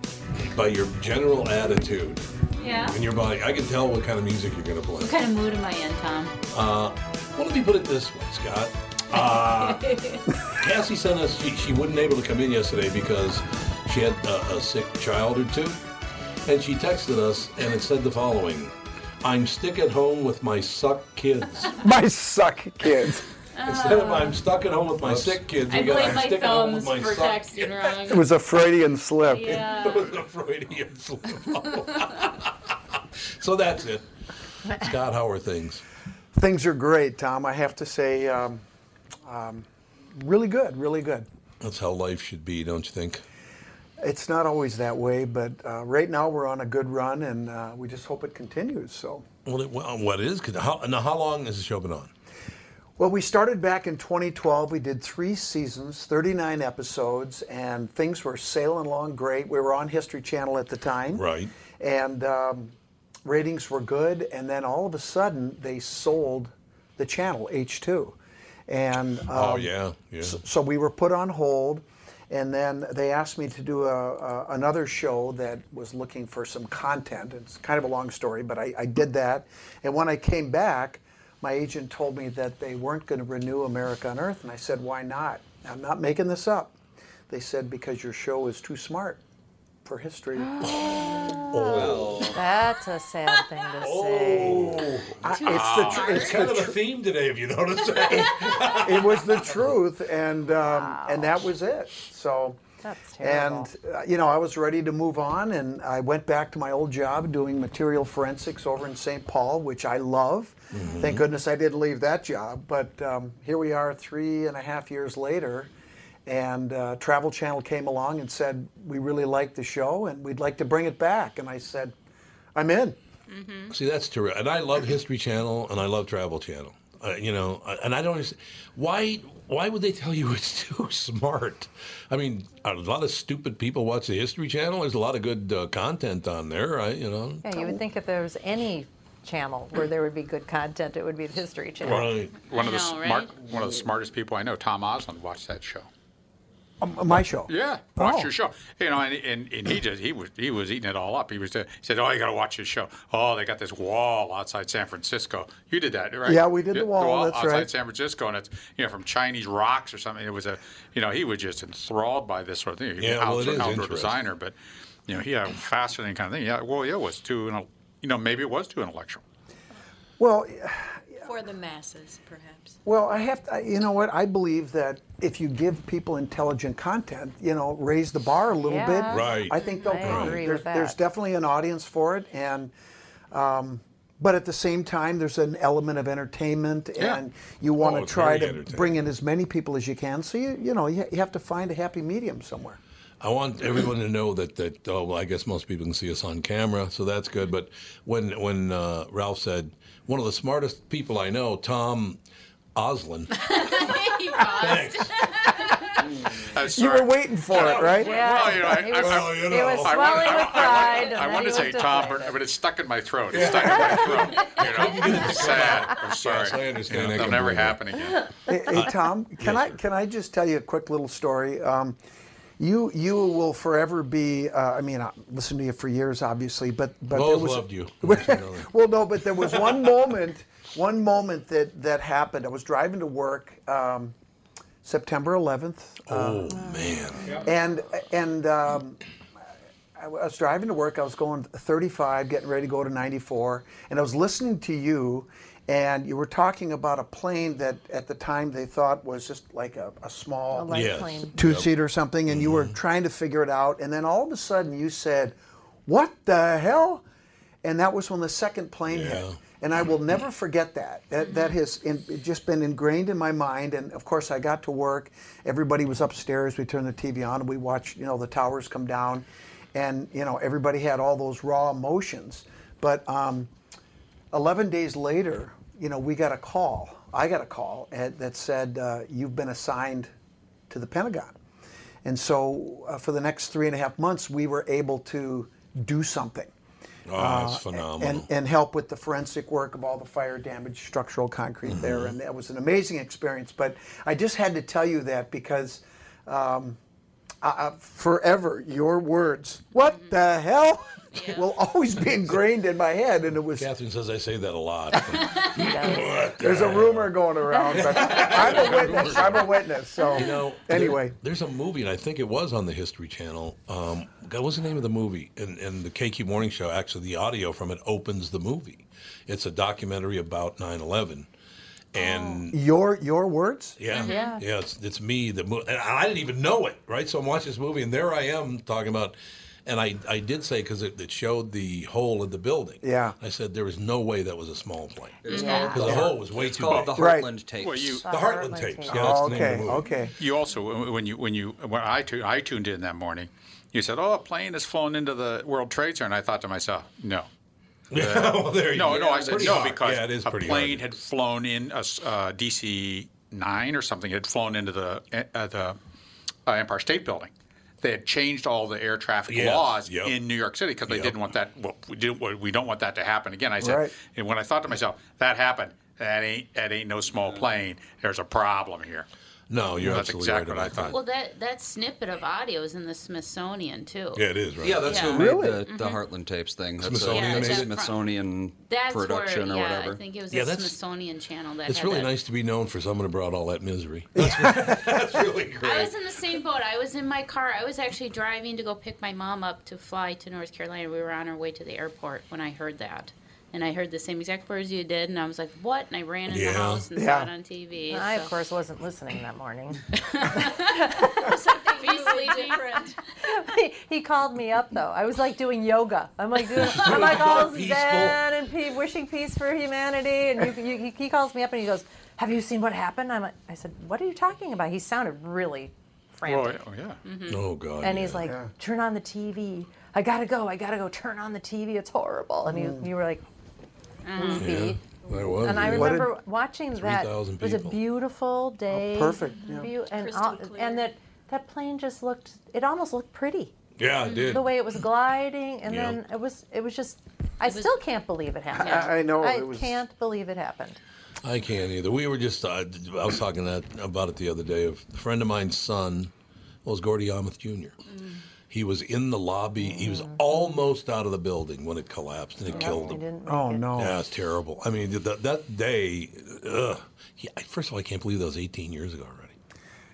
by your general attitude Yeah. in your body. I can tell what kind of music you're going to What play. kind of mood am I in, Tom? Uh, well, let me put it this way, Scott. Uh, Cassie sent us. She, she wasn't able to come in yesterday because she had a, a sick child or two, and she texted us and it said the following: "I'm stick at home with my suck kids." my suck kids. Instead of I'm stuck at home with my sick kids, we I got blame I'm my stick at home with thumbs my for suck. texting wrong. It was a Freudian slip. Yeah. It was a Freudian slip. so that's it. Scott, how are things? Things are great, Tom. I have to say, um, um, really good, really good. That's how life should be, don't you think? It's not always that way, but uh, right now we're on a good run, and uh, we just hope it continues. So, Well, it, well what it is? 'cause How, now, how long has the show been on? well, we started back in 2012. We did three seasons, 39 episodes, and things were sailing along great. We were on History Channel at the time, Right. and um, ratings were good. And then all of a sudden, they sold the channel H2, and um, oh yeah, yeah. S- So we were put on hold, and then they asked me to do a, a, another show that was looking for some content. It's kind of a long story, but I, I did that. And when I came back, my agent told me that they weren't going to renew America on Earth, and I said, "Why not?" I'm not making this up. They said because your show is too smart for history. Oh. That's a sad thing to say. I- it's the tr- Ah, it's kind the of a tr- theme today, if you notice. it was the truth, and um, and that was it. So. That's terrible. And uh, you know, I was ready to move on, and I went back to my old job doing material forensics over in St. Paul, which I love. Thank goodness I didn't leave that job. But um, here we are, three and a half years later, and uh, Travel Channel came along and said we really like the show and we'd like to bring it back. And I said, I'm in. See, that's terrific. And I love History Channel and I love Travel Channel. Uh, you know, I- and I don't understand why. Why would they tell you it's too smart? I mean, a lot of stupid people watch the History Channel. There's a lot of good uh, content on there. I, you know, Yeah, you would think if there was any channel where there would be good content, it would be the History Channel. One I of the know, smart, one of the smartest people I know, Tom Osland, watched that show. Um, my show. Yeah, watch Oh. your show. You know, and, and, and he just he was he was eating it all up. He was he said, "Oh, you got to watch this show. Oh, they got this wall outside San Francisco. You did that, right? Yeah, we did the wall, that's outside right. San Francisco, and it's you know from Chinese rocks or something. It was a you know he was just enthralled by this sort of thing. He was Yeah, an well, it outdoor- is outdoor interesting. designer, but you know he had a fascinating kind of thing. Yeah, well, yeah, it was too you know, you know maybe it was too intellectual. Well, For the masses, perhaps. Well, I have to, I- you know what? I believe that if you give people intelligent content, you know, raise the bar a little Yeah. bit. Right. I think they'll I come. agree there's, with that. there's definitely an audience for it, and um, but at the same time, there's an element of entertainment, Yeah. and you want Oh, to it's try very to entertaining. bring in as many people as you can. So you, you know, you, you have to find a happy medium somewhere. I want everyone to know that that oh well, I guess most people can see us on camera, so that's good. But when when uh, Ralph said one of the smartest people I know, Tom Oslin, I'm You sorry. were waiting for it, right? Well, you know, I, He I, was- I, he was I- I- swelling I- with I- I- pride, and I, then wanted to he say looked at Tom, but, but it's stuck in my throat. It's stuck in my throat. You know, it's sad. I'm sorry. I understand. that'll never happen again. hey, hey, Tom, can I can I just tell you a quick little story? Um, you you will forever be. Uh, I mean, I listened to you for years, obviously, but but there Bose was, Uh, loved you. well, no, but there was one moment, one moment that that happened. I was driving to work, um, September um, 11th. Oh, man! And and um, I was driving to work. I was going 35, getting ready to go to 94, and I was listening to you, and you were talking about a plane that at the time they thought was just like a, a A small light Yes. plane. two seat or something, and you were trying to figure it out, and then all of a sudden you said, "What the hell?" and that was when the second plane hit. And I will never forget that. That, that has in, it just been ingrained in my mind. And of course, I got to work. Everybody was upstairs. We turned the TV on and we watched, you know, the towers come down. And, you know, everybody had all those raw emotions. But um, 11 days later, you know, we got a call. I got a call and- that said, uh, You've been assigned to the Pentagon. And so uh, for the next three and a half months, we were able to do something. Oh, that's phenomenal. Uh, And, and help with the forensic work of all the fire damage, structural concrete Mm-hmm. there. And that was an amazing experience. But I just had to tell you that because um, I, I- forever your words, what the hell, will always be ingrained in my head. And it was. Catherine says I say that a lot. There's a rumor going around, but I'm a witness. I'm a witness. So, You know, there- anyway, there's a movie, and I think it was on the History Channel. Um, God, what's the name of the movie? And, and the KQ Morning Show, actually, the audio from it opens the movie. It's a documentary about 9 11. And your your words. yeah, Yeah. yeah, it's, it's me. The mo- and I didn't even know it, right? So I'm watching this movie, and there I am talking about. And I, I did say because it, it showed the hole in the building. Yeah. I said there was no way that was a small plane. It's Yeah. called the 'Cause the Heart- hole was way it's too called big. the Right. Heartland tapes. Well, you, The the, Heartland Heartland tapes. tapes. Yeah, that's Oh, the name of the okay, movie. okay. You also, when you when you when I tuned, I tuned in that morning, you said, "Oh, a plane has flown into the World Trade Center," and I thought to myself, "No." Yeah, well, there you no, go. no, I said Pretty no hard. because Yeah, it is a pretty plane had flown in a s- uh, DC nine or something had flown into the uh, the uh, Empire State Building. They had changed all the air traffic Yes, laws yep. in New York City because they didn't want that. Well, we didn't. well, We don't want that to happen again. I said, Right. and when I thought to myself, that happened. That ain't that ain't no small plane. There's a problem here. No, you're That's absolutely exactly right what I about thought. Well, that that snippet of audio is in the Smithsonian too. Yeah, that's who made the, the Mhm. Heartland tapes thing. That's Smithsonian a made it? Smithsonian That's production where, or yeah, whatever. I think it was Yeah, the that's- Smithsonian channel that It's had really that. nice to be known for someone who brought all that misery. I was in the same boat. I was in my car. I was actually driving to go pick my mom up to fly to North Carolina. We were on our way to the airport when I heard that. And I heard the same exact words you did, and I was like, "What?" And I ran in Yeah. the house and Yeah. saw it on TV. I, so- of course, wasn't listening that morning. Are you sleeping? he, he called me up though. I was like doing yoga. I'm like doing, I'm like all Peaceful. zen and pe- wishing peace for humanity. And you, you, he- he calls me up and he goes, "Have you seen what happened?" I'm like, I said, "What are you talking about?" He sounded really frantic. Oh yeah. Mm-hmm. Mhm. Oh God. and he's like, "Turn on the TV. I gotta go. I gotta go. Turn on the TV. It's horrible." And Mm. you, you were like, "Goofy." Yeah, that was, and I yeah. remember watching that. 3,000 It was a people. beautiful day. perfect, yeah. beau- and, all- and that that plane just looked. It almost looked pretty. Yeah, it did. The way it was gliding, and Yeah. then it was. It was just. I still can't believe it happened. I- I know, I it was- can't believe it happened. I can't either. We were just, uh, I was talking that, about it the other day. A friend of mine's son Well, it was Gordy Yarmouth Jr. Mm. He was in the lobby. He was almost out of the building when it collapsed and it Yeah, killed he him. didn't make Oh, it. no. Yeah, it's terrible. I mean, that, that day, ugh. Yeah, I- first of all, I can't believe that was 18 years ago already.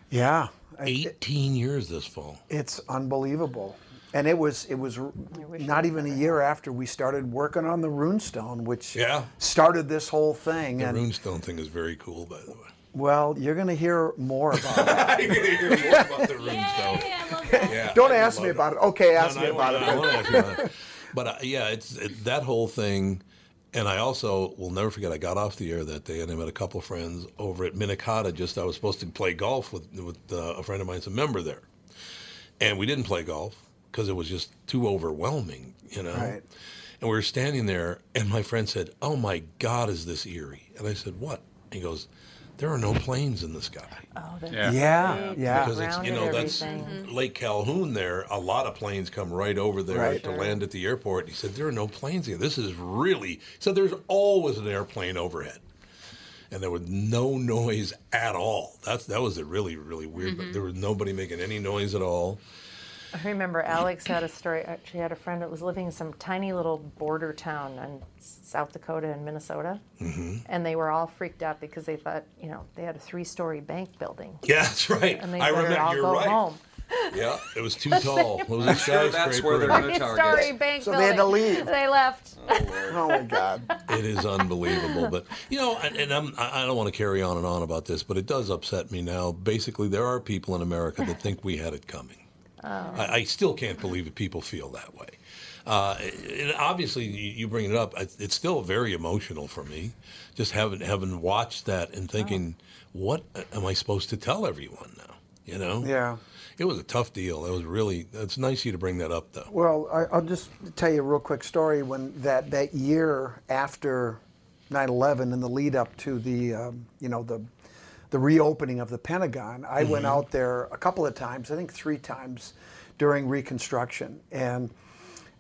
Yeah. I- 18 years this fall. It's unbelievable. And it was it was r- not even a year after we started working on the runestone, which Yeah. started this whole thing. The and runestone thing is very cool, by the way. well, you're going to hear more about it. about the runestone. Yeah, Don't I ask love me about it. Okay, ask No, me no, I about won't- it. I won't ask you about it. But uh, yeah, it's it, that whole thing. And I also will never forget. I got off the air that day, and I met a couple of friends over at Minnetonka. Just I was supposed to play golf with with uh, a friend of mine's a member there, and we didn't play golf because it was just too overwhelming, you know. Right. And we were standing there, and my friend said, "Oh my God, is this eerie?" And I said, "What?" And he goes, "There are no planes in the sky." Oh, that's Yeah. Yeah, yeah. Mm-hmm. Because it's you Grounded know that's everything. Lake Calhoun. There, a lot of planes come right over there Right. to land at the airport. He said there are no planes here. This is really he said there's always an airplane overhead, and there was no noise at all. That's that was a really really weird. But Mhm. there was nobody making any noise at all. I remember Alex had a story. uh, She had a friend that was living in some tiny little border town in South Dakota and Minnesota, Mm-hmm. and they were all freaked out because they thought, you know, they had a three-story bank building. Yeah, that's right. And they I better remember. all you're go right. home. Yeah, it was too tall. It was a I'm sure that's where skyscraper. they're gonna target. Three-story bank So they building. had to leave. They left. Oh my God. It is unbelievable. But you know, and, and I'm, I I don't want to carry on and on about this, but it does upset me now. Basically, there are people in America that think we had it coming. Oh. I, I still can't believe that people feel that way. Uh, and obviously, you you bring it up. It's it's still very emotional for me, just having having watched that and thinking, what am I supposed to tell everyone now? You know? Yeah. It was a tough deal. It was really. It's nice of you to bring that up, though. Well, I, I'll just tell you a real quick story. When that that year after 9/11 and the lead up to the um, you know the the reopening of the Pentagon, I Mm-hmm. went Mhm. out there a couple of times. I think three times during Reconstruction and.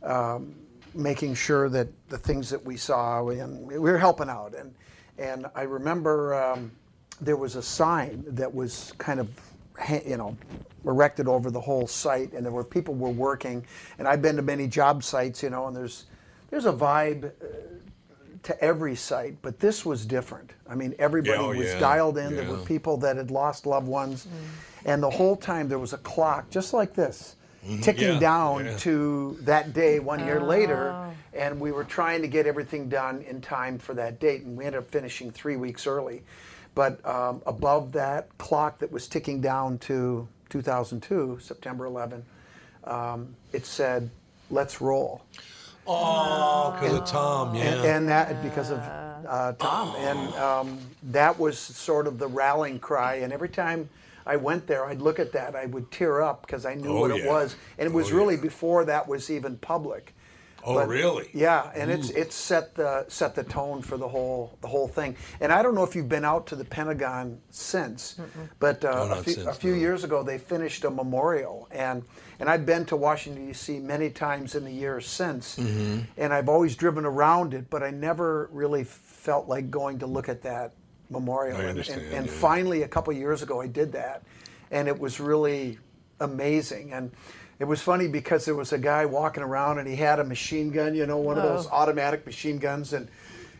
Um, making sure that the things that we saw and we were helping out and and I remember um, there was a sign that was kind of ha- you know erected over the whole site and there were people were working and I've been to many job sites you know and there's there's a vibe uh, to every site but this was different I mean everybody oh, was yeah, dialed in there were yeah. people that had lost loved ones and the whole time there was a clock just like this Mhm. ticking Yeah, down yeah. to that day one year later and we were trying to get everything done in time for that date and we ended up finishing three weeks early but um, above that clock that was ticking down to 2002 september 11 um, it said let's roll Oh, because of Tom. Yeah. and, and that because of uh, Tom, and um, that was sort of the rallying cry. And every time I went there, I'd look at that, I would tear up because I knew Oh, what it yeah. was, and it was Oh, really before that was even public. Oh, really? Yeah, and it's Ooh. it's set the set the tone for the whole the whole thing. And I don't know if you've been out to the Pentagon since, but uh, No, a not few, a since, few years ago they finished a memorial, and and I've been to Washington D.C. many times in the years since Mhm. and I've always driven around it, but I never really felt like going to look at that memorial. I And- understand, and and yeah. finally, a couple years ago, I did that, and it was really amazing. And it was funny because there was a guy walking around, and he had a machine gun, you know, one of Oh. those automatic machine guns, and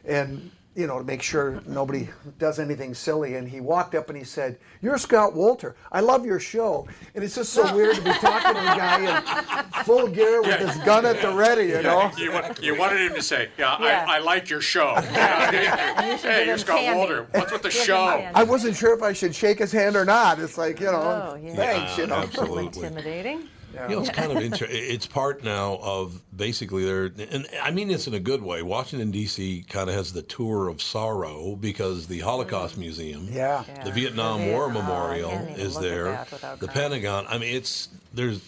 and you know to make sure nobody does anything silly. And he walked up and he said, "You're Scott Walter. I love your show." And it's just so weird to be talking to a guy in full gear with his gun at the ready, you know. You, wa- you wanted him to say, "Yeah, Yeah. I, I like your show." Yeah. You should hey, give you're him Scott candy. Walter. What's with the Give him show? candy. I wasn't sure if I should shake his hand or not. It's like, you know, Oh, yeah. thanks, you know. Absolutely. Intimidating. You know, it's kind of inter- it's part now of basically their, and I mean this in a good way. Washington D.C. kind of has the tour of sorrow because the Holocaust Museum, Mm. Yeah. the Vietnam Yeah. War Oh, I Memorial can't even is look at there, that without the crying. Pentagon. I mean, it's there's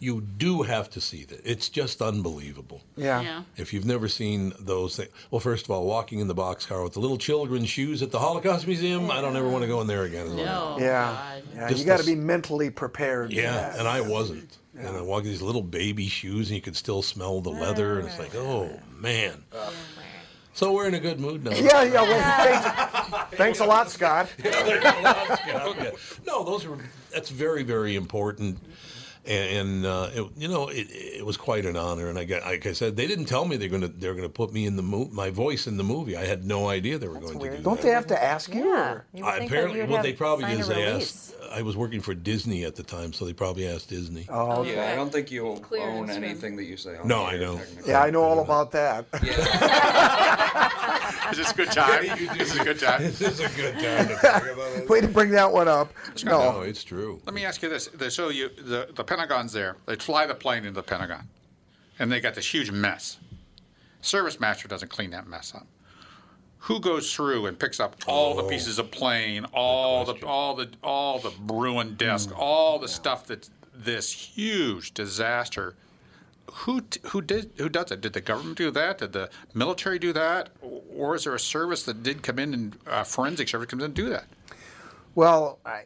you do have to see that. It's just unbelievable. Yeah. Yeah. If you've never seen those things, well, first of all, walking in the boxcar with the little children's shoes at the Holocaust Museum, I don't ever want to go in there again. is what I- Yeah. yeah Oh, Just you got to the be mentally prepared. for yeah, that. and I wasn't. And I walked in these little baby shoes, and you could still smell the leather, and it's like, oh man. So we're in a good mood now. Yeah, yeah. Well, thanks, thanks a lot, Scott. Yeah. No, those were. That's very, very important. And, and uh, it, you know, it, it was quite an honor. And I got, like I said, they didn't tell me they're gonna they're gonna put me in the mo- my voice in the movie. I had no idea they were going to do Don't they have to ask you? Yeah. that. I apparently, what they probably did is they asked. I was working for Disney at the time, so they probably asked Disney. Oh, okay. Yeah, I don't think you'll Clearance own room. anything that you say. on No, the I air, don't. technically. Yeah, I know all about that. Is this a good time? this is a good time. this is a good time. To Way to bring that one up. No. it's true. Let me ask you this: The- so you, the the Pentagon's there. They fly the plane into the Pentagon, and they got this huge mess. Service master doesn't clean that mess up. Who goes through and picks up all the pieces of plane, all the all the all the ruined desk, all the stuff that's this huge disaster? Who t- who did who does it? Did the government do that? Did the military do that? Or is there a service that did come in and uh, forensic service comes in and do that? Well, I,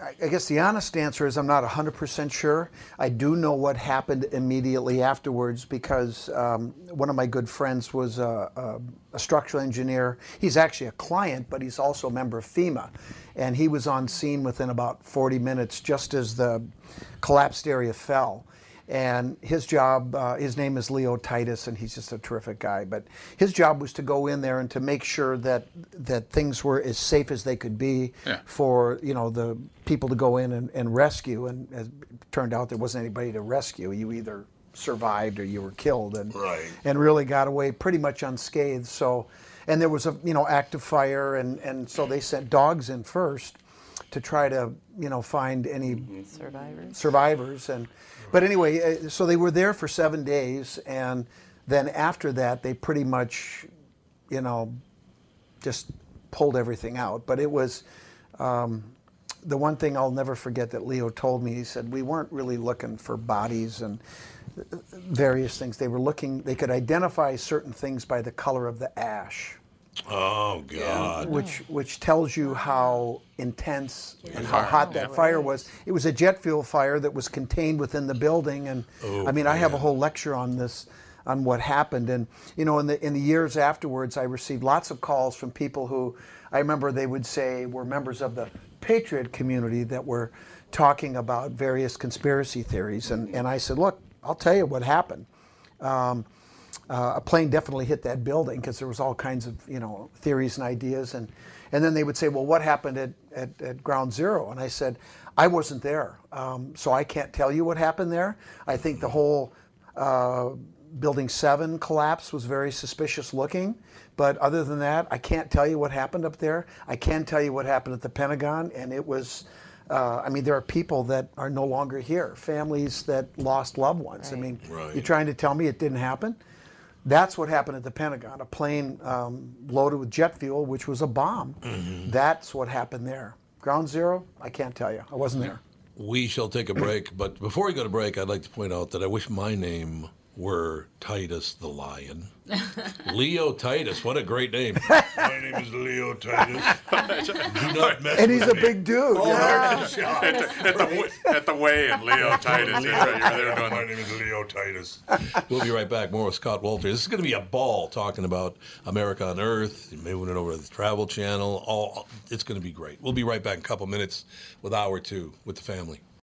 I I guess the honest answer is I'm not 100% sure. I do know what happened immediately afterwards because um, one of my good friends was a, a, a structural engineer. He's actually a client, but he's also a member of FEMA. And he was on scene within about 40 minutes just as the collapsed area fell. And his job, uh, his name is Leo Titus, and he's just a terrific guy. But his job was to go in there and to make sure that that things were as safe as they could be Yeah. for you know the people to go in and, and rescue. And as it turned out, there wasn't anybody to rescue. You either survived or you were killed, and and really got away pretty much unscathed. So, and there was a you know active fire, and and so they sent dogs in first to try to you know find any Survivors. survivors and but anyway uh, so they were there for seven days and then after that they pretty much you know just pulled everything out but it was um, the one thing i'll never forget that leo told me he said we weren't really looking for bodies and uh, various things they were looking they could identify certain things by the color of the ash Oh God. which which tells you how intense and how Fire. hot that fire was. It was a jet fuel fire that was contained within the building, and Oh, I mean, I have a whole lecture on this, on what happened, and you know, in the in the years afterwards, I received lots of calls from people who I remember they would say were members of the patriot community that were talking about various conspiracy theories, and and I said, look, I'll tell you what happened. Um, uh, a plane definitely hit that building because there was all kinds of you know theories and ideas and and then they would say well what happened at, at, at ground zero and i said i wasn't there um, so i can't tell you what happened there i think the whole uh, building seven collapse was very suspicious looking but other than that i can't tell you what happened up there i can tell you what happened at the pentagon and it was uh, I mean, there are people that are no longer here, families that lost loved ones. I mean, Right. you're trying to tell me it didn't happen? That's what happened at the Pentagon. A plane um, loaded with jet fuel, which was a bomb. Mm-hmm. That's what happened there. Ground zero, I can't tell you. I wasn't there. We shall take a break, but before we go to break, I'd like to point out that I wish my name were Titus the Lion. Leo Titus, what a great name. my name is Leo Titus. Do not mess And he's with a me. big dude. Oh, yeah. there's the shot. At the, at the, at the weigh-in, Leo Titus. You're, right, you're there doing My name is Leo Titus. We'll be right back. More with Scott Walter. This is going to be a ball talking about America on Earth, moving it over to the Travel Channel. All it's going to be great. We'll be right back in a couple minutes with hour two with the family.